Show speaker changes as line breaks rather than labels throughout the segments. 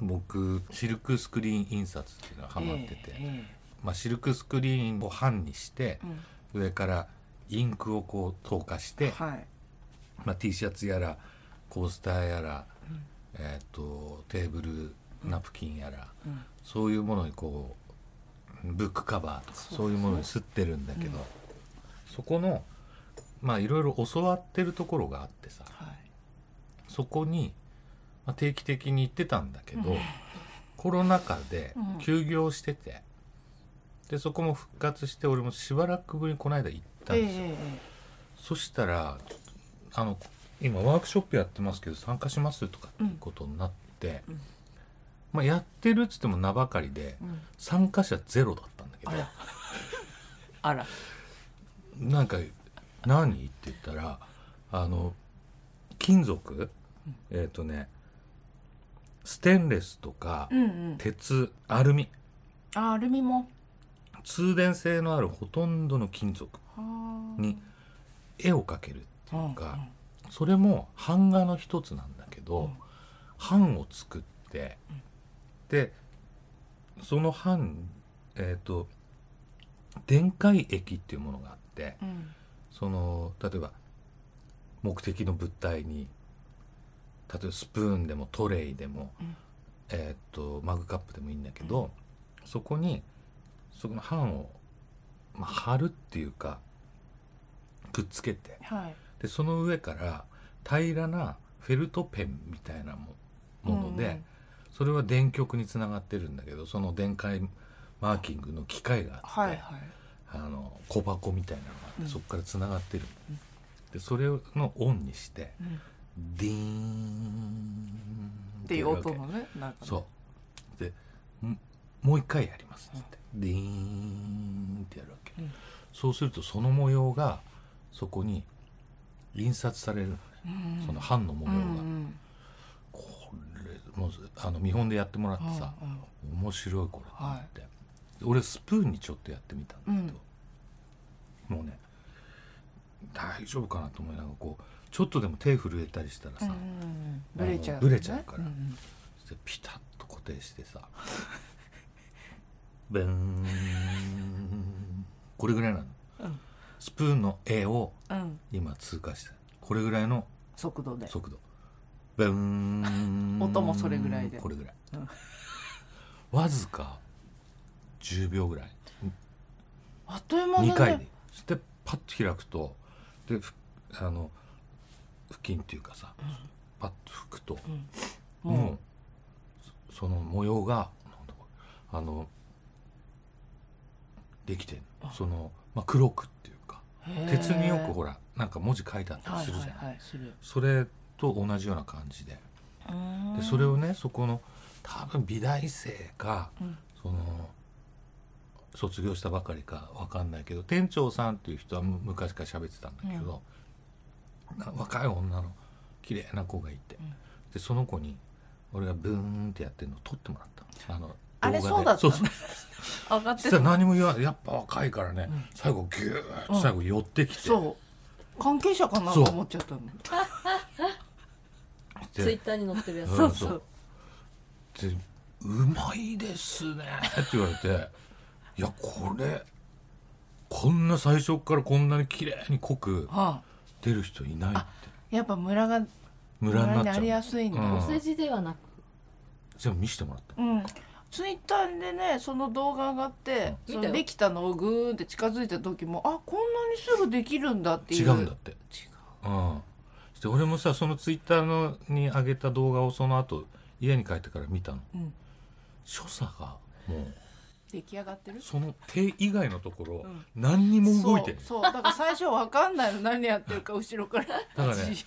僕シルクスクリーン印刷っていうのはハマってて、
え
まあ、シルクスクリーンを版にして
え、
上からインクをこう投下して、
うん、はい
まあ、T シャツやらコースターやら、えー、とテーブルナプキンやら、
うん
そういうものにこうブックカバーとかそう,、いうものに吸ってるんだけど、そこのまあいろいろ教わってるところがあってさ
はい
そこに、まあ、定期的に行ってたんだけど、コロナ禍で
うん
休業してて、でそこも復活して俺もしばらくぶりにこの間行ったん
ええ
ですよ。
ええ
そしたらちょっとあの今ワークショップやってますけど参加しますとかっていうことになって、
うんうん
まあ、やってるっつっても名ばかりで、
うん
参加者ゼロだったんだけ
あら
ど
あら
なんか「何?」って言ったらあの金属、えっ、とねステンレスとか、
うんうん
鉄アルミ
あアルミも
通電性のあるほとんどの金属
はあ
に絵を描けるっていうか。
うんうん
それも版画の一つなんだけど、版を作って、でその版えっ、と電解液っていうものがあって
うん
その例えば目的の物体に例えばスプーンでもトレイでも、
うん
えっ、とマグカップでもいいんだけど、そこにそこの版を、まあ、貼るっていうかくっつけて
はい
でその上から平らなフェルトペンみたいなももので、
うんうん
それは電極につながってるんだけどその電解マーキングの機械があって、
はいはい
あの小箱みたいなのがあって、
うん
そこからつながってる、でそれのオンにして
うん
ディーンっ
っていう
やるわけ
音もねなんかね
そうでんもう一回やりますっつって、ディーンってやるわけ、
うん
そうするとその模様がそこに印刷されるのね、
うんうん
その版の模様が、
うんうん
これもうあの見本でやってもらってさ、
うんうん
面白いこれと思って、で俺スプーンにちょっとやってみたんだけど、もうね大丈夫かなと思いながらこうちょっとでも手震えたりしたらさ、
うんうんうんブレちゃう
ブレちゃうから
んん
でピタッと固定してさ ブーンこれぐらいなの、
うん
スプーンの絵を
うん
今通過してこれぐらいの
速度で
速度ブーン
音もそれぐらいで
これぐらい、
うん
わずか10秒ぐらい
あっという間
2
だ
回で
ね
そしてパッと開くとでふあの布巾っていうかさ、パッと拭くと、
うん
もうそその模様がなんだこれあのできてんのその、まあ、黒くっていうか
へー
鉄によくほらなんか文字書いてあったり
はい
するじゃな
は
い
い、はいする
それと同じような感じで
うん
でそれをねそこの多分美大生か、
うん
その卒業したばかりかわかんないけど店長さんっていう人はむ昔から喋ってたんだけど、な若い女の綺麗な子がいて、
ん
でその子に俺がブーンってやってるのを撮ってもらったのあの
あれ
動画で
そうだった
そ
の
うそう
上がっ
そしてた
た
ら何も言わないやっぱ若いからね、最後ギューッと最後寄ってきて、
そう関係者かなと
そう
思っちゃったの
で
ツイッターに載ってるやつ、
うんそうでうまいですね」って言われて「いやこれこんな最初からこんなに綺麗に濃く
はあ
出る人いない」って
やっぱムラが
ムラになっ
なり
ちゃ
や
う
すいんだ、
うん
お世辞ではなく
全部見せてもらった
うん、ツイッターでねその動画上がって、
う
そ
ん見た
の
よ
できたのをぐーんって近づいた時もあこんなにすぐできるんだっていう
違うんだって
違
うんそして俺もさそのツイッターのに上げた動画をその後家に帰ってから見たの
う、うん、
所作がもう
出来上がってる
その手以外のところ
ん
何にも動いてない、
そうそうだから最初わかんないの何やってるか後ろから
だからね
じ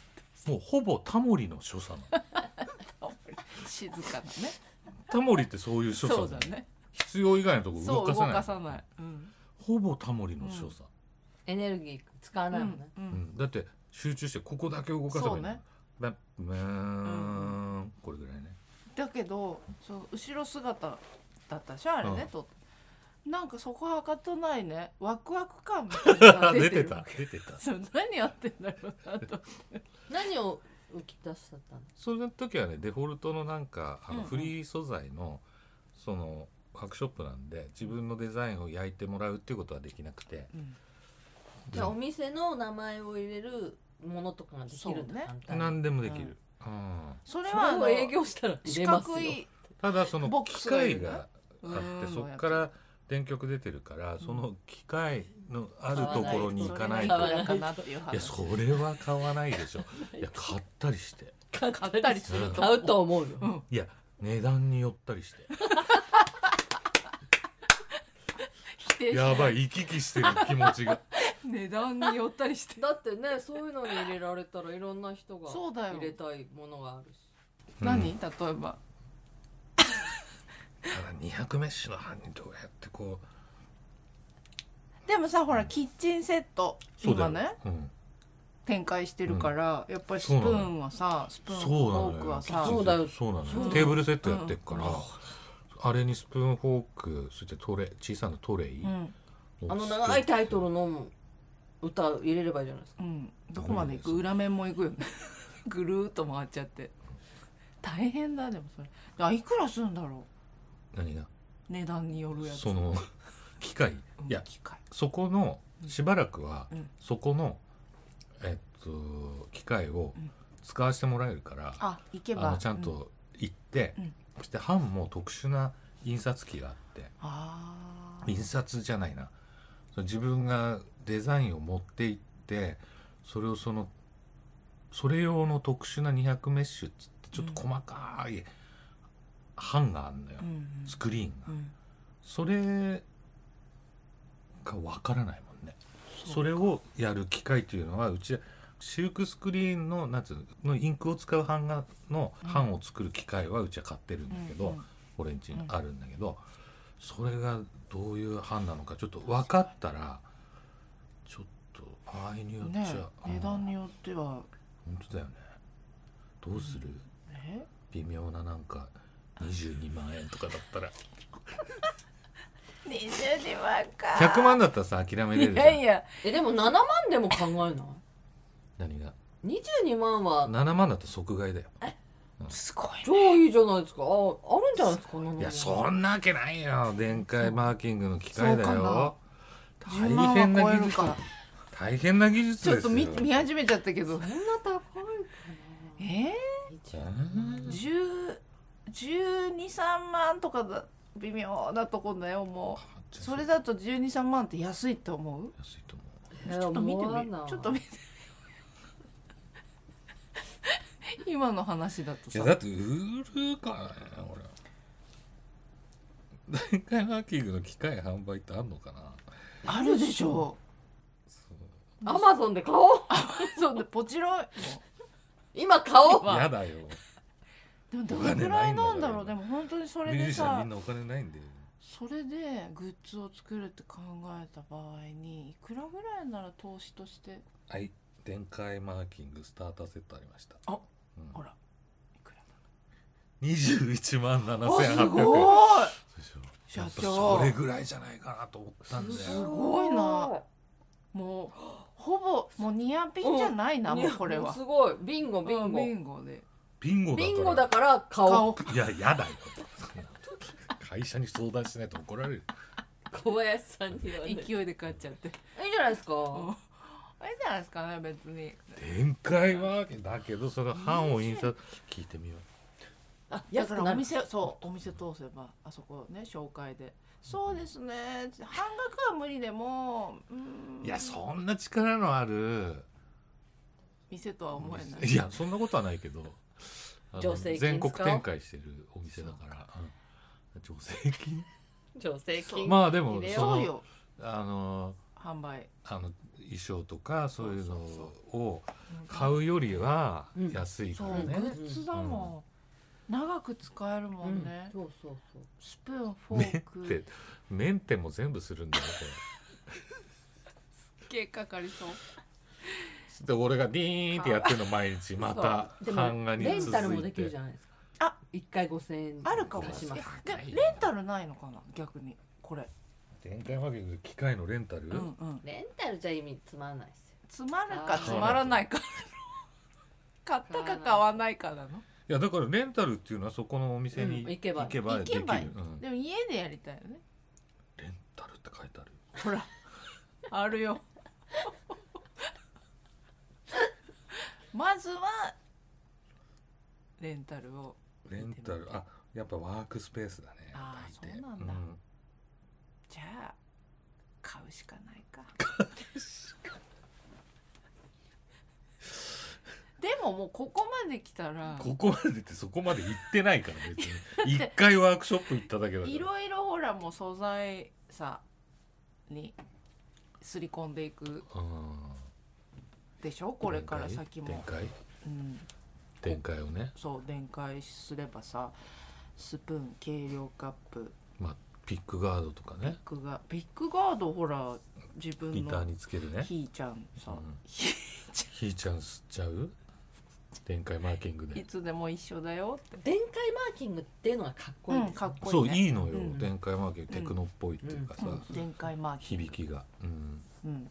もうほぼタモリの所作なの
静かなね
タモリってそういう所
そう
作
だ
なの
ね
必要以外のところ動
そう
か
動
さない
かさないうん
ほぼタモリの所作、
エネルギー使わ
う
ないもんね
う
ん、う
ん
ん
だって集中してここだけ動かせばいいの
そうね
バンバーン、これぐらいね
だけどそう後ろ姿だったじゃんあれね、
うん
となんかそこはかとないねワクワク感みたいなのが
出
出
て
てる
た出てた
そう何やってんだろうなと
何を浮き出しだったの
その時はねデフォルトのなんかあ
うん
の
うん
フリー素材のそのワークショップなんで自分のデザインを焼いてもらうっていうことはできなくて
うん
じゃあお店の名前を入れるものとかができるんだ、
そうね
簡単に
何でもできる、うん
それ
それ
はあの
を営業したら
四
出ますよ
角い
ただそ
ボ
の
ック
機
スがい
械
る
があ
うん
ってそこから電極出てるからその機械のあるところに行かない
買
と
わない
くらかなっていう話
いやそれは買わない でしょいや買ったりして
買
買ったりすると
買うと思うよ、
いや値段によったりして
否定し
やばい行き来してる気持ちが
値段によったりして
だってねそういうのに入れられたらいろんな人が
そうだよ
入れたいものがあるし
何例えば
ただ200メッシュの犯人どうやってこう
でもさほらキッチンセット
そうだ
今
よ
ね
うん
展開してるからやっぱりスプーンはさスプーンフ
そうなの
ォー
よ
クはさ
そうだよ
そうなの
そう
よテーブルセットやってるから、あれにスプーンフォークそしてトレイ小さなトレイ、
うん
を
あの長いタイトルの歌入れればいいじゃないですか
うんどこまで行く裏面も行くよね ぐるーっと回っちゃって大変だでもそれあいくらするんだろ
何が
う値段によるやつ
その機械
うん
いや
機械
そこのしばらくは
うん
そこのえっと機械を
うん
使わせてもらえるから、
あ行け
あ
ば
のちゃん
う
と行って、
うん
そして版も特殊な印刷機があって
あー
印刷じゃないなその自分がデザインを持って行ってそれをそのそれ用の特殊な200メッシュっつってちょっと細かい版があんのよ、
うんうん
スクリーンが。
うん
それがわからないもんねそれをやる機械というのはうちシルクスクリーンのなんつうののインクを使う版画の版を作る機械はうちは買ってるんだけど、
うんうん
俺んちにあるんだけど、それがどういう版なのかちょっと分かったらちょっと場合によっちゃ、
ね
うん
値段によっては
本当だよねどうする、
え
微妙ななんか22万円とかだったら
二十二万か
100万だったらさ諦めれる
い
じゃん
やいや
えでも7万でも考えない
何が
22万は
7万だと即買いだよ
すごい
超いいじゃないですかああるんじゃないですか7万
いやそんなわけないよ電解マーキングの機械だ
そうか
よ
十万
大変
は
な
超え
技
る
術
か
大変な技術
ちょ
で
っ
す
と
よ
見見始めちゃったけど
そんな高いかな
え
一応
ー、十十二三万とかだ微妙なとこだよもうそれだと十二三万って安いって思う
安いと思
ちょっと見て
思わ
み
ない
ちょっと見 て今の話だと
うい
さ
やだって売るから ね俺電解マーキングの機械販売ってあんのかな
あるでしょ
そう
アマゾンで買おう
そうでポチロイ
今買おう
わ
やだよ
でもどれぐらいなんだろう
お金ないんだから
でも本当にそれ
ミュー
で
ジシャンみ
さ
んなお金ないんだよ
それでグッズを作るって考えた場合にいくらぐらいなら投資として
はい電解マーキングスターターセットありました
あ
うん
ほらいくら
21万
だおす
7800円
ごい
そうでしょ
社
やっぱ
長
それぐらいじゃないかなと思ったんだ
す
よ
ごいなもうほぼもうニアピンじゃないなもうこれ
いや
は
すごいビンゴビ
う
ン
ん
ゴ
ビンゴで
ビンゴだから
ビンゴだから買おう
顔
いややだよ 会社に相談しないと怒られる
小林さんに はねいいじ
勢いで買っちゃって
ゃないですか
んあれじゃないですかね別に
展開はだけどその版を印刷聞いてみよ
あ
だ
安
から
くな
お
る
店そうお店通せばあそこね紹介でそうですね半額は無理でもうーん
ういやそんな力のある
店とは思えない
いやそんなことはないけどあの
助成金
全国
使おう
展開してるお店だからうん助成金
助成金
まあでも
入れよ
そうよ
あの
販売
あの衣装とかそういうの
そう
を買うよりは安いか
そう
ら
グ
ね
ッズだもん長く使えるもんね
そうそうそう
スプーンフォ
メン
ー
テ
ク
メンテも全部するんだよこ
系かかりそう
れで俺がディーンってやってるの毎日また
そうでも
版画に
レンタル
続
も
い
できる
て
じゃないですか
あ
一回5000円
あるかもし
し
れ
ま
ない
す
で
高いよ
レンタルないのかな逆にこれ
展開マーケット機械のレンタル、
うんうん
レンタルじゃ意味つまんないですよ
つまる
あ
か
ー
つまらないか買ったか買わないかなの
いやだからレンタルっていうのはそこのお店に
うん行けば
でき
行
る、
けばいい
うん
でも家でやりたいよね
レンタルって書いてあるよ
ほらあるよまずはレンタルを
レンタルあやっぱワークスペースだね
あー
大抵
そうなんだ
うん
じゃあ買うしかないかでももうここまで来たら
ここまでってそこまで行ってないから別 に一回ワークショップ行っただけだから
いろいろほらもう素材さにすり込んでいく
うん
でしょこれから先も
展、開
うん、
展開をね
そう展開すればさスプーン計量カップ
まあピックガードとかね
ビッグガビッグガードほら自分
ギター
の
につけるね
ひーちゃんさ、
うんひーちゃん吸っちゃう展開マーキング
い
で
つでも一緒だよって、
電解マーキングっていうのがかっこいいです、
うんかっこいいね
そういいのよ
うん
展開マーキングテクノっぽいっていうかさ
うん、展開マーキング
響きがうん
うん、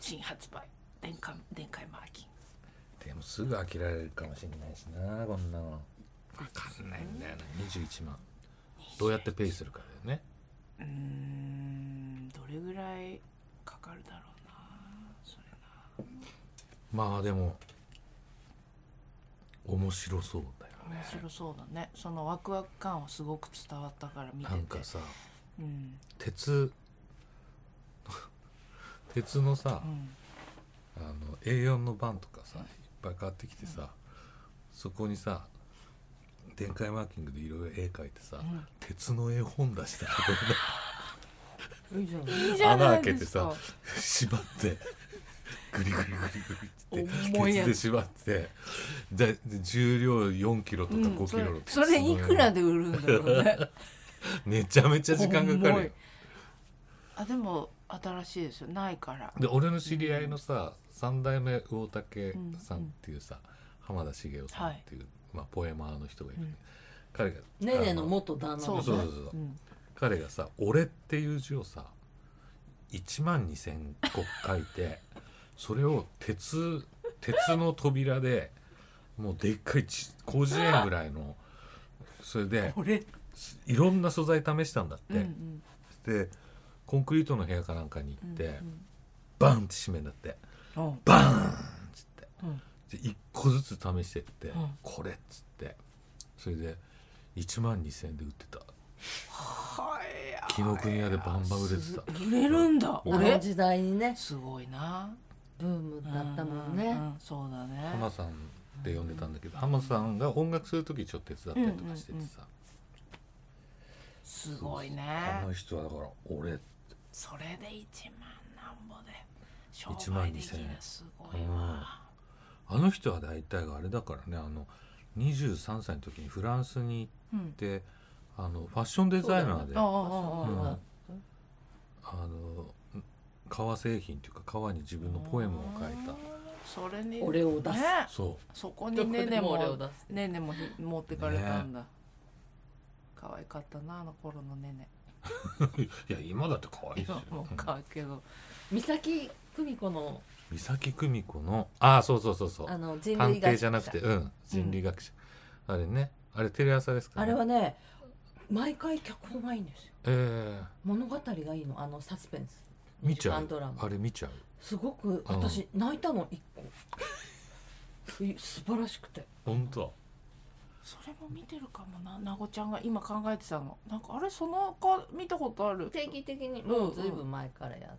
新発売電解電解マーキン
でもすぐ飽きられるかもしれないしなこんなの分かんないんだよな21万どうやってペイするかだよね
グうーんどれぐらいかかるだろうなそれ
まあでも面白そうだよ
な面白そうだねそのワクワク感はすごく伝わったから見て
な
て
んかさ
うん
鉄 鉄のさ、
うん
あの A4 の版とかさいっぱい買ってきてさ、そこにさ電解マーキングでいろいろ絵描いてさ、
ん
鉄の絵本出したら
いいじゃん
いいじゃ
穴
な
開
い
け
で
て
す
さ
か
縛ってグリグリグリグリって
重いや
鉄
つ
で縛ってでで重量4キロとか
うん
5キロの鉄
それそれいくらで売るんだ ろうね
めちゃめちゃ時間かか
重
る
い
よ
あでも新しいですよないから
で俺の知り合いのさ三代目魚竹さんっていうさ、浜田茂雄さんっていう、まあ、ポエマーの人がいる、
うん
彼が
ねね
あ
の元旦那
そうね
そうそうそう
うん
彼がさ「俺」っていう字をさ1万2,000個書いてそれを鉄鉄の扉でもうでっかいち広辞苑ぐらいのそれで
これ
すいろんな素材試したんだっ
うんう
て、
ん
でコンクリートの部屋かなんかに行って、
うん
バンって閉めんだって
うんうん
バーンっつって
うん
で1個ずつ試してって、
うん
これっつってそれで1万2,000円で売ってた
はいや
紀ノ国屋でバンバン売れてた。
売れるんだ
あの
俺
時代にね
すごいな
ブームだったもん
う
ね
ううんそうだね
浜さんって呼んでたんだけど浜さんが音楽する時ちょっと手伝ったりとかしててさ、
すごい
あ
ね
の人はだから俺
それで1万なんぼで商
1万
売で
2000
きる
円
すごいわ
あの人は大体があれだからねあの23歳の時にフランスに
うん
行ってあのファッションデザイナーで、
ああ
あ
ああああ
うんの革製品というか革に自分のポエムを書いた
それに
俺を出す
ね
そ
そこにねねも
俺を出す
ねねもひ持ってかれたんだ可愛かったなあの頃のねね
ういや今だって可愛いですよ
今も可愛いけど
三崎久美子の
三崎久美子のああそうそうそうそう
あの人
探
類学
偵じゃなくてうん人類学者、あれねあれテレ朝ですか
あ
ら、
れはね毎回脚本がいいんですよ
えー
物語がいいのあのサスペンス
見ちゃ
時
う
間ドラマ
あれ見ちゃう
すごく私泣いたの一個い素晴らしくて
本当
それも見てるかもななごちゃんが今考えてたのなんかあれその子見たことある
定期的に
も
も
う
う
ず
ず
い
い
ぶ
ぶん前からやって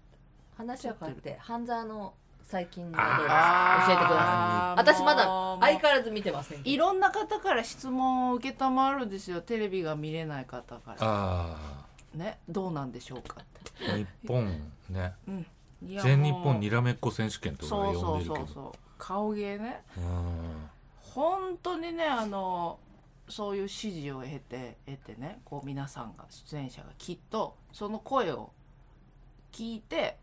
話は変わっ
撮
て半沢の最近の
あー
どうですか教えてください
あー
私まだ
もう
相変わらず見てませんけ
い
ど
ろんな方から質問を受けたまわるんですよテレビが見れない方から
あ
ねどうなんでしょうかって
あ日本ね
うんいや
全日本
もう
にらめっこ選手権と
そ
俺
う
呼ん
そう
でる
そ
け
う
ど
そう顔芸ね
うん
本当にねあのそういう支持を得て得てねこう皆さんが出演者がきっとその声を聞いて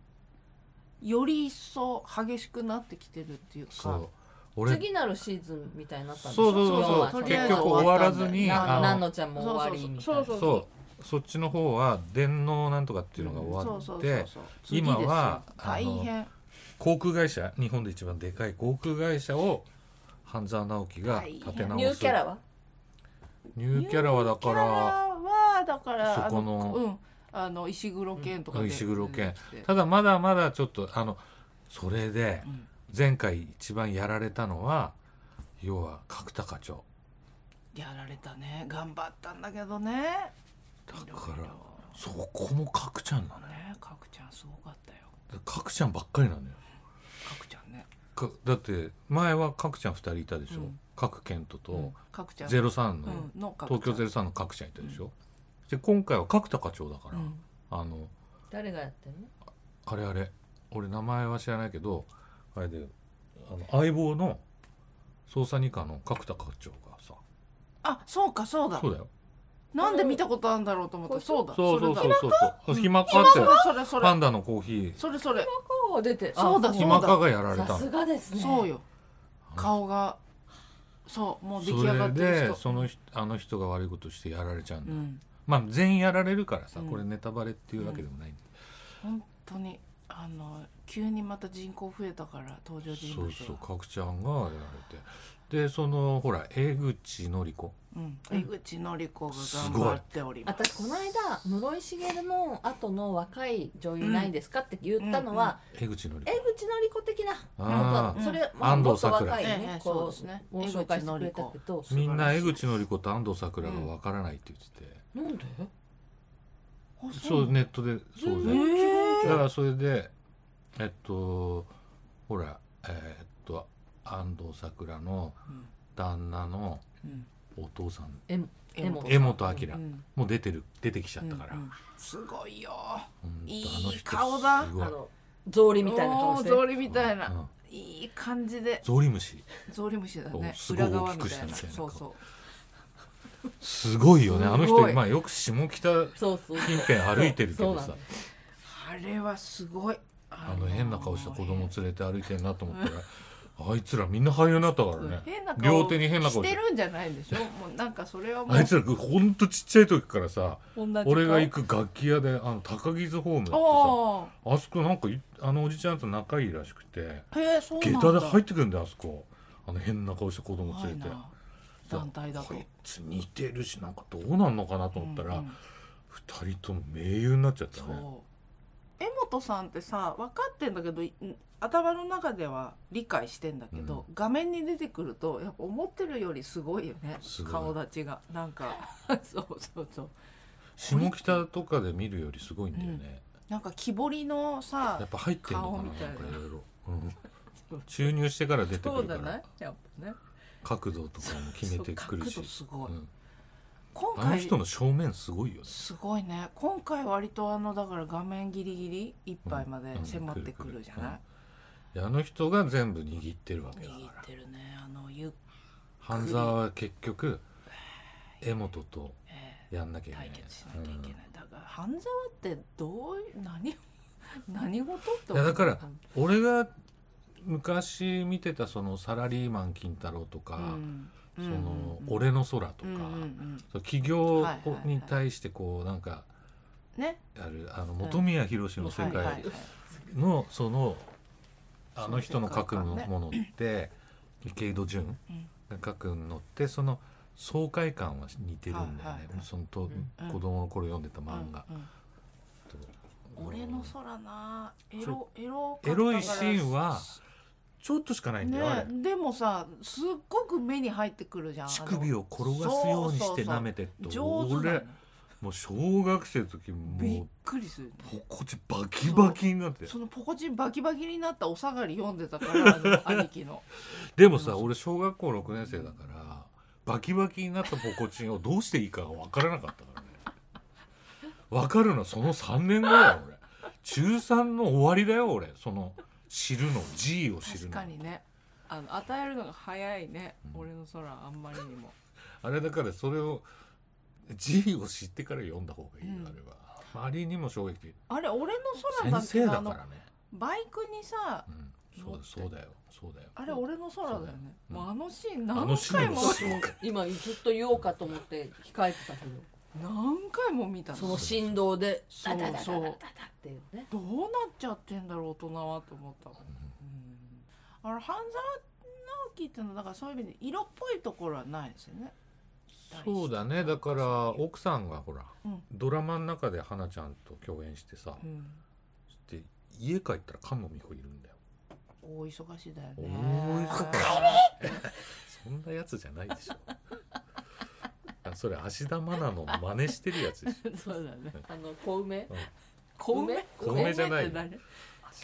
より一層激しくなってきてるっていうか
そう俺
次なるシーズンみたいになったんです
そうそうそうそう
そ
そう
とりあえ
結
ず
局終わらずに
終わったんだよ
あ
な
の
なんのちゃんも
そう
終わ
そう
りみたいな
そうそうそう
そうそっちの方は電脳なんとかっていうのが終わって
そうそうそうそう次ですよ
今はあの
大変
航空会社日本で一番でかい航空会社を半沢直樹が
はい
立て
ニュ
直
ー
す
キャラは
ニューキャラはだか
ニューキャ
ら
ラはだから
そこの
あうんあの石黒賢とか
う
で
ん石黒賢
出てきて
ただまだまだちょっとあのそれで
うん
前回一番やられたのは要は角田課長
やられたね頑張ったんだけどね
だからそこも角ちゃんなのよ
ね角ちゃんすごかったよ
角ちゃんばっかりなのよ
角ちゃんね
かだって前は角ちゃん2人いたでし
う
ょ
ん
角、健人
う
と
ん角ちゃん
03
う
の、
んの角
東京
ちゃ
03
ん
の角ちゃんいたでしょ、で今回は角田課長だから、
うん
あの
誰がやってんの
あれあれ俺名前は知らないけどあれであの相棒の捜査二課の角田課長がさ
あそうかそうだ
そうだよ
なんで見たことあるんだろうと思っ
こ
た
う
そうだ
そうそう
れだ
そうそうそう暇かって
それそ
パ
れ
ンダのコーヒ
それそれ
こう出てあ
そうだ
ー暇か
そう
がやられた
さ
の
すがですね
だそうよ顔がそうもう出来
そ
上が
れ
ってる
で
人
その人あの人が悪いことしてやられちゃうん
う
だよ、
ん
まあ全員やられるからさ、
うん
これネタバレっていうわけでもないんだ
本当にあの急にまた人口増えたから登場人
そ
物
う
が
そう角ちゃんがやられてでそのほら江口のり子
うん、江口のり子が頑張っております
私この間室井茂の後の若い女優ないですかって言ったのは、
江口のり
江
子
口のり子的な
あ
ー
それ、まあ、
安
も
藤
っと
サク
若
ラ
い
えええ
ね
えそう
こ
ですね
うご紹介してくれたけど
みんな江口のり子と安藤サクラがわからないって言ってて、
なんで
あ
そうネットでそう
全
で
然
へ
だ
ー
からそれでえっとほらえっと安藤サクラの
うん
旦那の
うん
お父さん
え
江
本
本
江本明、
うん
もう出てる出てきちゃったから、
うんうんすごいよ
ほんと
いい顔だ
あの人すごい
あの草履みたいな顔
お
し
ー
て
草履みたい
うん
な、いい感じで
ゾウリムシ
草履虫だね
おすごい
裏側
大き
み
く
たいな
したみたいな
そ
顔
うそう
すごいよねあの
すご
人
い
まあよく下北
そうそう
近辺歩いてるけど
そう
さ
なん
あれはすごいあ
あの変な顔した子供連れて歩いてるなと思ったらあいつらみんな俳優になったからね
変な顔
両手に変な顔
し
してて
るんじゃないでしょもうなんかそれはもう
あいつらほんとちっちゃい時からさ
同じ顔
俺が行く楽器屋であの高木津ホームだってさ
あ
あそこなんかいあのおじちゃんと仲いいらしくて
あへえそうなん
下
だ
駄で入ってくるんだよあそこあの変な顔した子供
怖い
連れて
な団体だ
こ
と
いつ似てるしなんかどうなんのかなと思った
う
ら
んうん
二人とも盟友になっちゃった
そ
ね
う江本さんってさ分かってんだけどい頭の中では理解してんだけど、画面に出てくるとやっぱ思ってるよりすごいよね
すごい
顔立ちがなんか そうそうそう
下北とかで見るよりすごいんだよね
なんか木彫りの
や
さ
っぱ入ってんのかな
顔
なん
み
か
たいない
ろいろうん注入してから出て
そ
くる
うじ
か
ゃな
ら
いやっぱね
角度とかも決めてくるし
そう角度すごい、
うん
今
あの
回
人の正面すごいよね
すごいね今回割とあのだから画面ギリギリ一杯まで
うん
迫ってくるじゃない、
であの人が全部握ってるわけだか
握っ
ら
てるねあのゆっ
半沢は結局江本と
えー
やんなきゃい
対
けない
決しなきゃいけない、だから半沢ってどういう何 何事って
いやだから
思
う
う
ん俺が昔見てたそのサラリーマン金太郎とか、
うん
その
うん
俺の空とか、
うんうんうん
その企業
はいはいはい
に対してこうなんか
ね
あるあの本宮宏の世
はい
界
はいはい
のその
そう
あの人の書く
世界観ね
ものって池井戸潤が書くのってその爽快感は似てるんだよ
はい
ね
はいはい
そのと
うん
子供の頃読んでた漫画
うんうん
と
俺の空なエロエロ
エロいシーンは
か
ちょっとしかないんだよあ
ね
れ
でもさすっごく目に入ってくるじゃん
乳首を転がすようにして舐めてって
上手なの
俺もう小学生の時
びっ
もう
くりする
こっちバキバキになって
そのポコチンバキバキになったお下がり読んでたから あの兄貴の
でもさ俺小学校6年生だからバキバキになったポコチンをどうしていいかが分からなかったからね 分かるのはその3年後だよ俺中3の終わりだよ俺その知るの G を知る
確
の
かにねあの与えるのが早いね、
うん
俺の空あんまりにも
あれだからそれを G を知ってから読んだ方がいいよ、
うん
あれはあまりにも衝撃
あれ俺の空だ
先生
っ
だ
けなあ
か
の
らね、
バイクにさ
うん、そうだそうだよそうだよ
あれ俺の空だよね
うん
もうあのシーン
あ
何
のシー
回
ン
も
もすごい
今ずっと言おうかと思って控えてたけど
何回も見た
その
の
振動で
そう
ダダダダダ
そう
ダダっていうね
どうなっちゃってんだろう大人はと思ったもんあの半沢直樹っていうのはだからそういう意味で色っぽいところはないですよね。
そうだねだから
う
奥さんがほら
うん
ドラマの中で花ちゃんと共演してさ、
ん、
で家帰ったら菅野美穂いるんだよ。
大忙しだよね。
おーそんなやつじゃないでしょ。あそれ芦田愛菜の真似してるやつでし
そうだね。
あの小梅
小梅
小梅じゃない
小梅って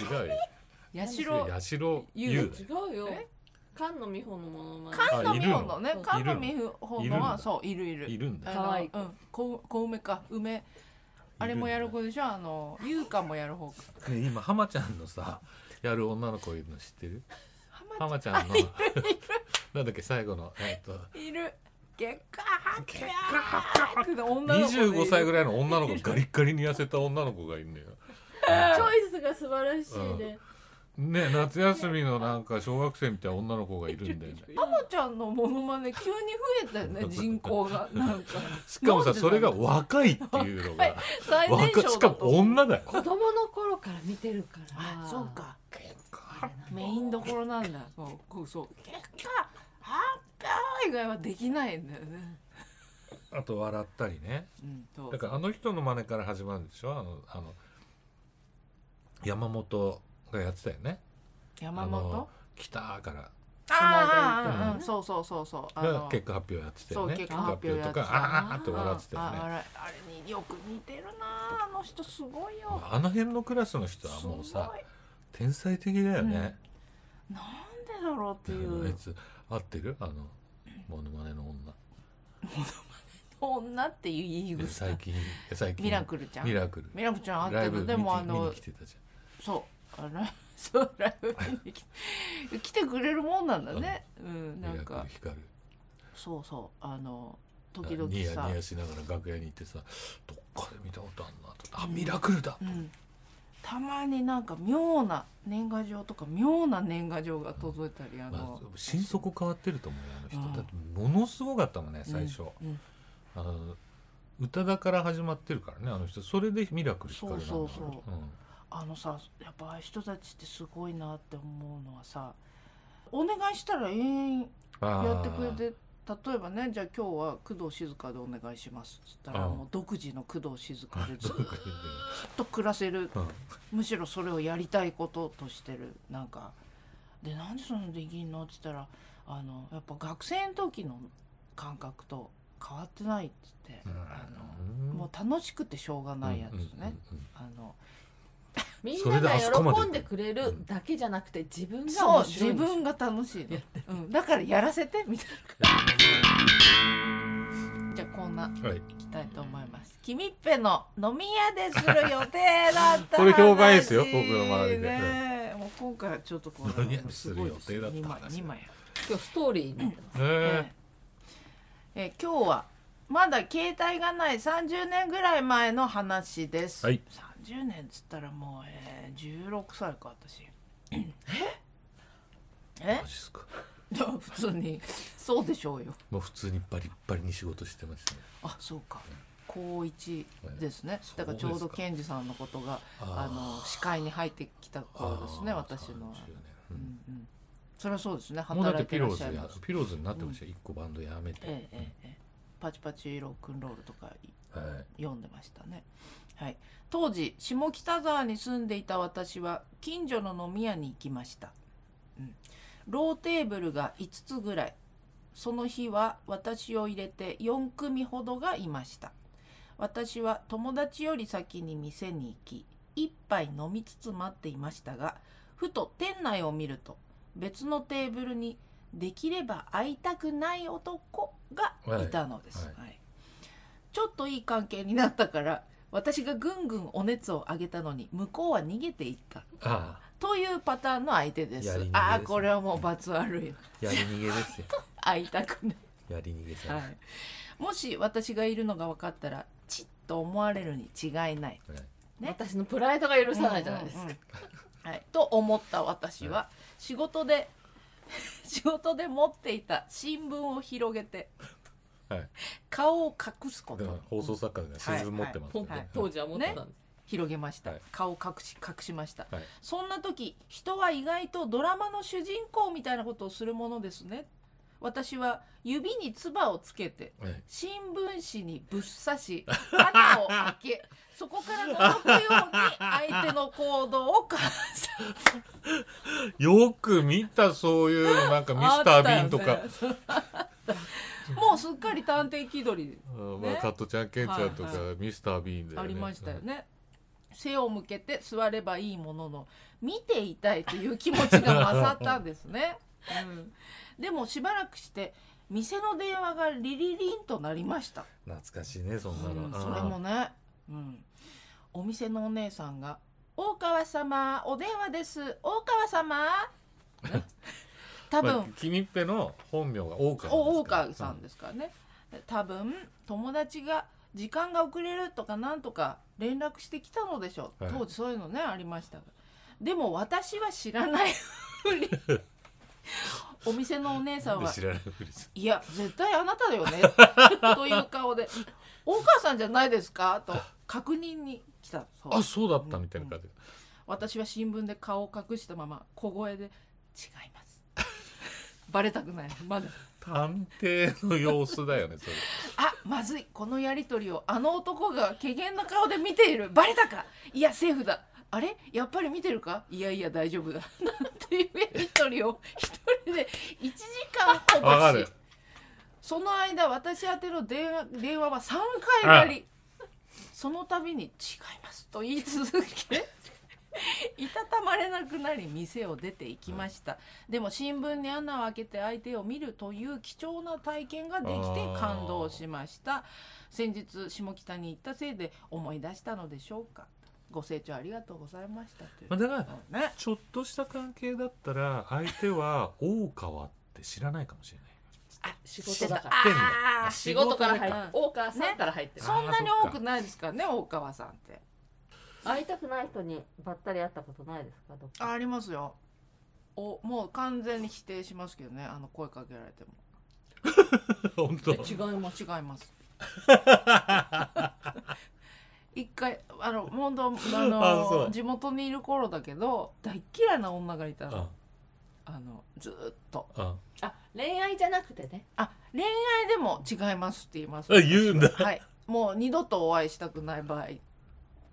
ょ。違うよ。
誰八
そ
代
れ八代
違
優だよ。
うよ
え
菅野美穂のものまね
菅野美穂の
い
ね
るの
菅野美穂
いる
の
ん
は
だ
そういるいる
いるんだ
あ
よ。
の
可愛い子
うん小小梅か梅あれもやる子でしょあの優香もやる方か
ね今浜ちゃんのさやる女の子いるの知ってる？
浜
浜ちゃんの なんだっけ最後のえっと
いる月下ハッピーって女の子でいる
25歳ぐらいの女の子ガリッガリに痩せた女の子がいるんだよ。
チョイスが素晴らしいね
ね夏休みのなんか小学生みたいな女の子がいるんだよね。
浜ちゃんのモノマネ急に増えたよ ね人口がなんか
しかも
な
さ
んでだ
それが若いっていうのが
最年
若い
少
し
だ
か
と
も女だよ。
子供の頃から見てるから
あそうかメインどころなんだそうこうそう結果ハッピー以外はできないんだよね
あと笑ったりね。
うんそう
だからあの人の真似から始まるんでしょあのあの山本がやってたよね。
山
あ
本
の北からー
あ
あーあ
うんそうそうそうそうあ
が
の
結果発表やってた
そ
よ
う
ね。
結果発表
結果と
やって
か
た
あーあーって笑ってたよ
あ
ね。
ああれあれによく似てるなあの人すごいよ
あの辺のクラスの人は
す
も
ご
う
い
さ天才的だよね。
なんでだろうってい
あのあいうつ合ってるあのモノマネの女。
女っていう言い
いや
草
最近いや最近
ミラクルちゃん
ミラクル
ミラクちゃんあっ
ラ
た
イ
け
ブ
ど
見
でもあ
に見
の
に来てたじゃ
そうあの そうライブ見に来て来てくれるもんなんだねうん
ん。
な
ミ
ん
ラクル
か
光る。
そうそうあの
な
時々
ニヤ
さ
ニヤしながら楽屋に行ってさどっかで見たことあんなとあミラクルだ、
うんたまになんか妙な年賀状とか妙な年賀状が届いたりあ
ま
の
あ、心底変わってると思うよあの人、
うん
だってものすごかったもんね最初、
うんうん
あの宇多田から始まってるからねあの人それでミラクル光るなんだから
そうそうそ
うん
あのさやっぱああいう人たちってすごいなって思うのはさお願いしたら永遠
あー
やってくれて例えばねじゃあ今日は工藤静香でお願いしますっつったら
うん
もう独自の工藤静香でずっ
そうか
と暮らせる
うん
むしろそれをやりたいこととしてるなんかでなんでそんなできんのって言ったらあのやっぱ学生の時の感覚と変わってないっつって、あのもう楽しくてしょうがないやつね、
うんうんうん
あの
み
そ
ん
れ
な
で
が
あそこまで
喜んでくれるだけじゃなくて自分が
そう
面白い
自
んでしょ
分が楽しいの、うん、だからやらせてみたいなじゃあこんな
うんはい
いきたいと思いますきみっぺの飲み屋でする予定だった話
これ評判ですよ僕の周りで
ねもう今回はちょっとこ
飲み屋
の
でする予定だった話
すごいです二枚二枚
今日ストーリーになってます、
え
えええ今日はまだ携帯がない30年ぐらい前の話です、
はい
30年っつったらもう、えー、16歳か私え
ー、マジっすか
え普通にそうでしょうよ
もう普通にバリッバリに仕事してましたね
あそうか高一ですね、だからちょうど健二さんのことがあの視界に入ってきた頃ですね
あー
私のは
30、年う
う
ん
んうん、それはそうですね
もうだっ
働
て
いて
ピ
ら
ロー
っし
ズ
ゃい
や
ます
ピローズになってましたよ、一個バンドやめて、
ええええええパチパチロックンロールとかい
はい
読んでましたね、はい、当時下北沢に住んでいた私は近所の飲み屋に行きました、うん、ローテーブルが5つぐらいその日は私を入れて4組ほどがいました私は友達より先に店に行き一杯飲みつつ待っていましたがふと店内を見ると別のテーブルにできれば会いたくない男がいたのです、
はいは
はいちょっといい関係になったから私がぐんぐんお熱を上げたのに向こうは逃げていった
あ
というパターンの相手です
やり逃げですね
ああこれはもう罰悪いな
あやり逃げですよ
会いたくない
やり逃げさん、
はい、もし私がいるのが分かったらチッと思われるに違いないね
私のプライドが許さないじゃないですか、
うんうんうんはい、と思った私は仕事で 仕事で持っていた新聞を広げて
はい
顔を隠すこ
だから
と
放送作家が新聞持ってます
と
ね、
はい
当時は思ってたんです、
広げました、
はい
顔を隠し隠しました、
はい
そんな時人は意外とドラマの主人公みたいなことをするものですね私は指に唾をつけて
はい
新聞紙にぶっ刺し 穴を開けそこから覗くように相手の行動を観察
よく見たそういう なんかミスター・ビーンとか、
もうすっかり探偵気取り
うんまあ
ね
カットちゃんケンちゃんとか、
はい
ミスター・ビーンだよ
あ
ね
りましたよね。背を向けて座ればいいものの見ていたいという気持ちが勝ったんですね、うん、でもしばらくして店の電話がリリリンとなりました
懐かしいねそんなの、
うんそれもね、うん、お店のお姉さんが「大川様お電話です大川様」ね 多
まあ
分、
君っぺの本名が大川です
お大
から
川さんですからね、多分友達が時間が遅れるとかなんとか連絡してきたのでしょう、
はい
当時そういうのねありましたがでも私は知らないふうに お店のお姉さん
で
は
知らないふりす
いや絶対あなただ よねという顔で「大川さんじゃないですか?」と確認に来たそ
る
う
あそうだったみたいな感じ、
私は新聞で顔を隠したまま小声で「違います」バレたくないまだ
探偵の様子だよねそれ
あまずいこのやり取りをあの男が怪げな顔で見ているバレたかいやセーフだあれやっぱり見てるかいやいや大丈夫だ なんていうやり取りを一人で1時間ほ
わか
ぼ
る
しその間私宛ての電話電話は3回割りその度に「違います」と言い続け いたたまれなくなり店を出ていきました、でも新聞に穴を開けて相手を見るという貴重な体験ができて感動しました先日下北に行ったせいで思い出したのでしょうかご清聴ありがとうございましたという
まあだから
そうね
ちょっとした関係だったら相手は大川って知らないかもしれない
あ仕
知って
事
た
だか
知
ら
ってんだ
あー
仕事から入
仕
る
事ね
大川さんから入って
ね
る、
そんなに多くないですからね大川さんって
会いたくない人にばったり会ったことないですかどっ
あ
か
ありますよおもう完全に否定しますけどねあの声かけられても
本当
違います違います 一回あの本当あ
あ
の
そう
地元にいる頃だけど大っ嫌いな女がいたの
あ
あのずーっと
あ
あ恋愛じゃなくてね
あ恋愛でも違いますって言います
あ言うんだ
はいもう二度とお会いしたくない場合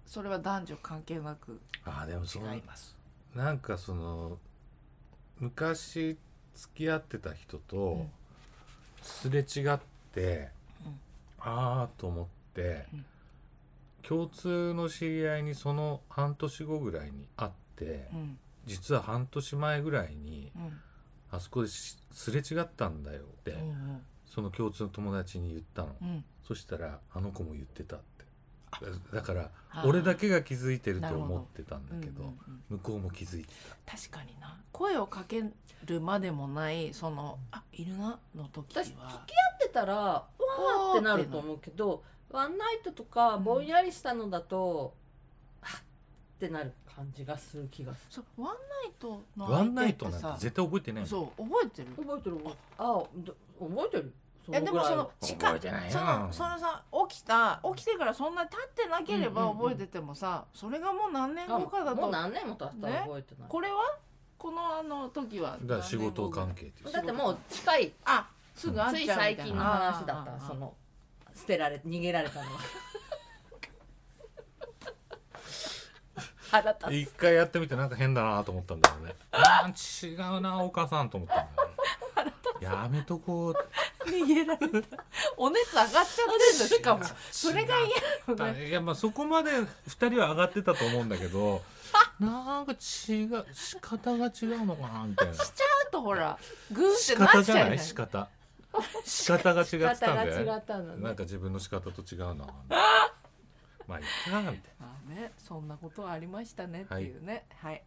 それは男女関係なく
あでも
違
その
います
なんかその昔付き合ってた人と
ん
すれ違って、
うん
ああと思って、
うん
共通の知り合いにその半年後ぐらいに会って、
うん
実は半年前ぐらいに
うん
あそこでしすれ違ったんだよって、
うんうん
その共通の友達に言ったの、
うん
そしたらあの子も言ってたってだだから
あー
俺だけが気づいてると
なるほど
思ってたんだけど
うんうんうん
向こうも気づいてた
確かにな声をかけるまでもないその「あいるな」の時は
私付き合ってたらわーってなると思うけどワンナイトとかぼんやりしたのだと、はっってなる感じがする気がす
そうワンナイトの
ワンナイ
相
ト
手っ
な
て
んて
さ
絶対覚えてないもん
そう覚えてる
る覚えてるああど覚えてるそ
いやでもそ
ぐらいは
の近
覚えてないな
そのそのさ起きた起きてからそんなに経ってなければ覚えててもさ、それがもう何年
あ
後かだ
も
と
う何年も経ったら覚えてない、
これはこのあの時は
だから仕事
関
関
係
係っていう
だってもう近い
あすぐあっ
つい
ちゃうみ
最
た
近
い
の
な
話だった
あー
その捨てられ逃げられたのは腹立つ
一回やってみてなんか変だなと思ったんだよ ねあー違うなお母さんと思ったんだよねやめとこう
逃げられたお熱上がっちゃってんだし かもそれが嫌よね
いやまあそこまで二人は上がってたと思うんだけどなんか違う仕方が違うのかなみたいな
しちゃうとほらグーって
仕
な
方
っち
じ
ゃ
ゃ
う
ない仕方仕方が違ってたん
方が
だ
違
よね
ったの
なん
ね
か自分の仕方と違うなまあいいかみたいな
まあね、そんなことはありましたねっていうね。はい。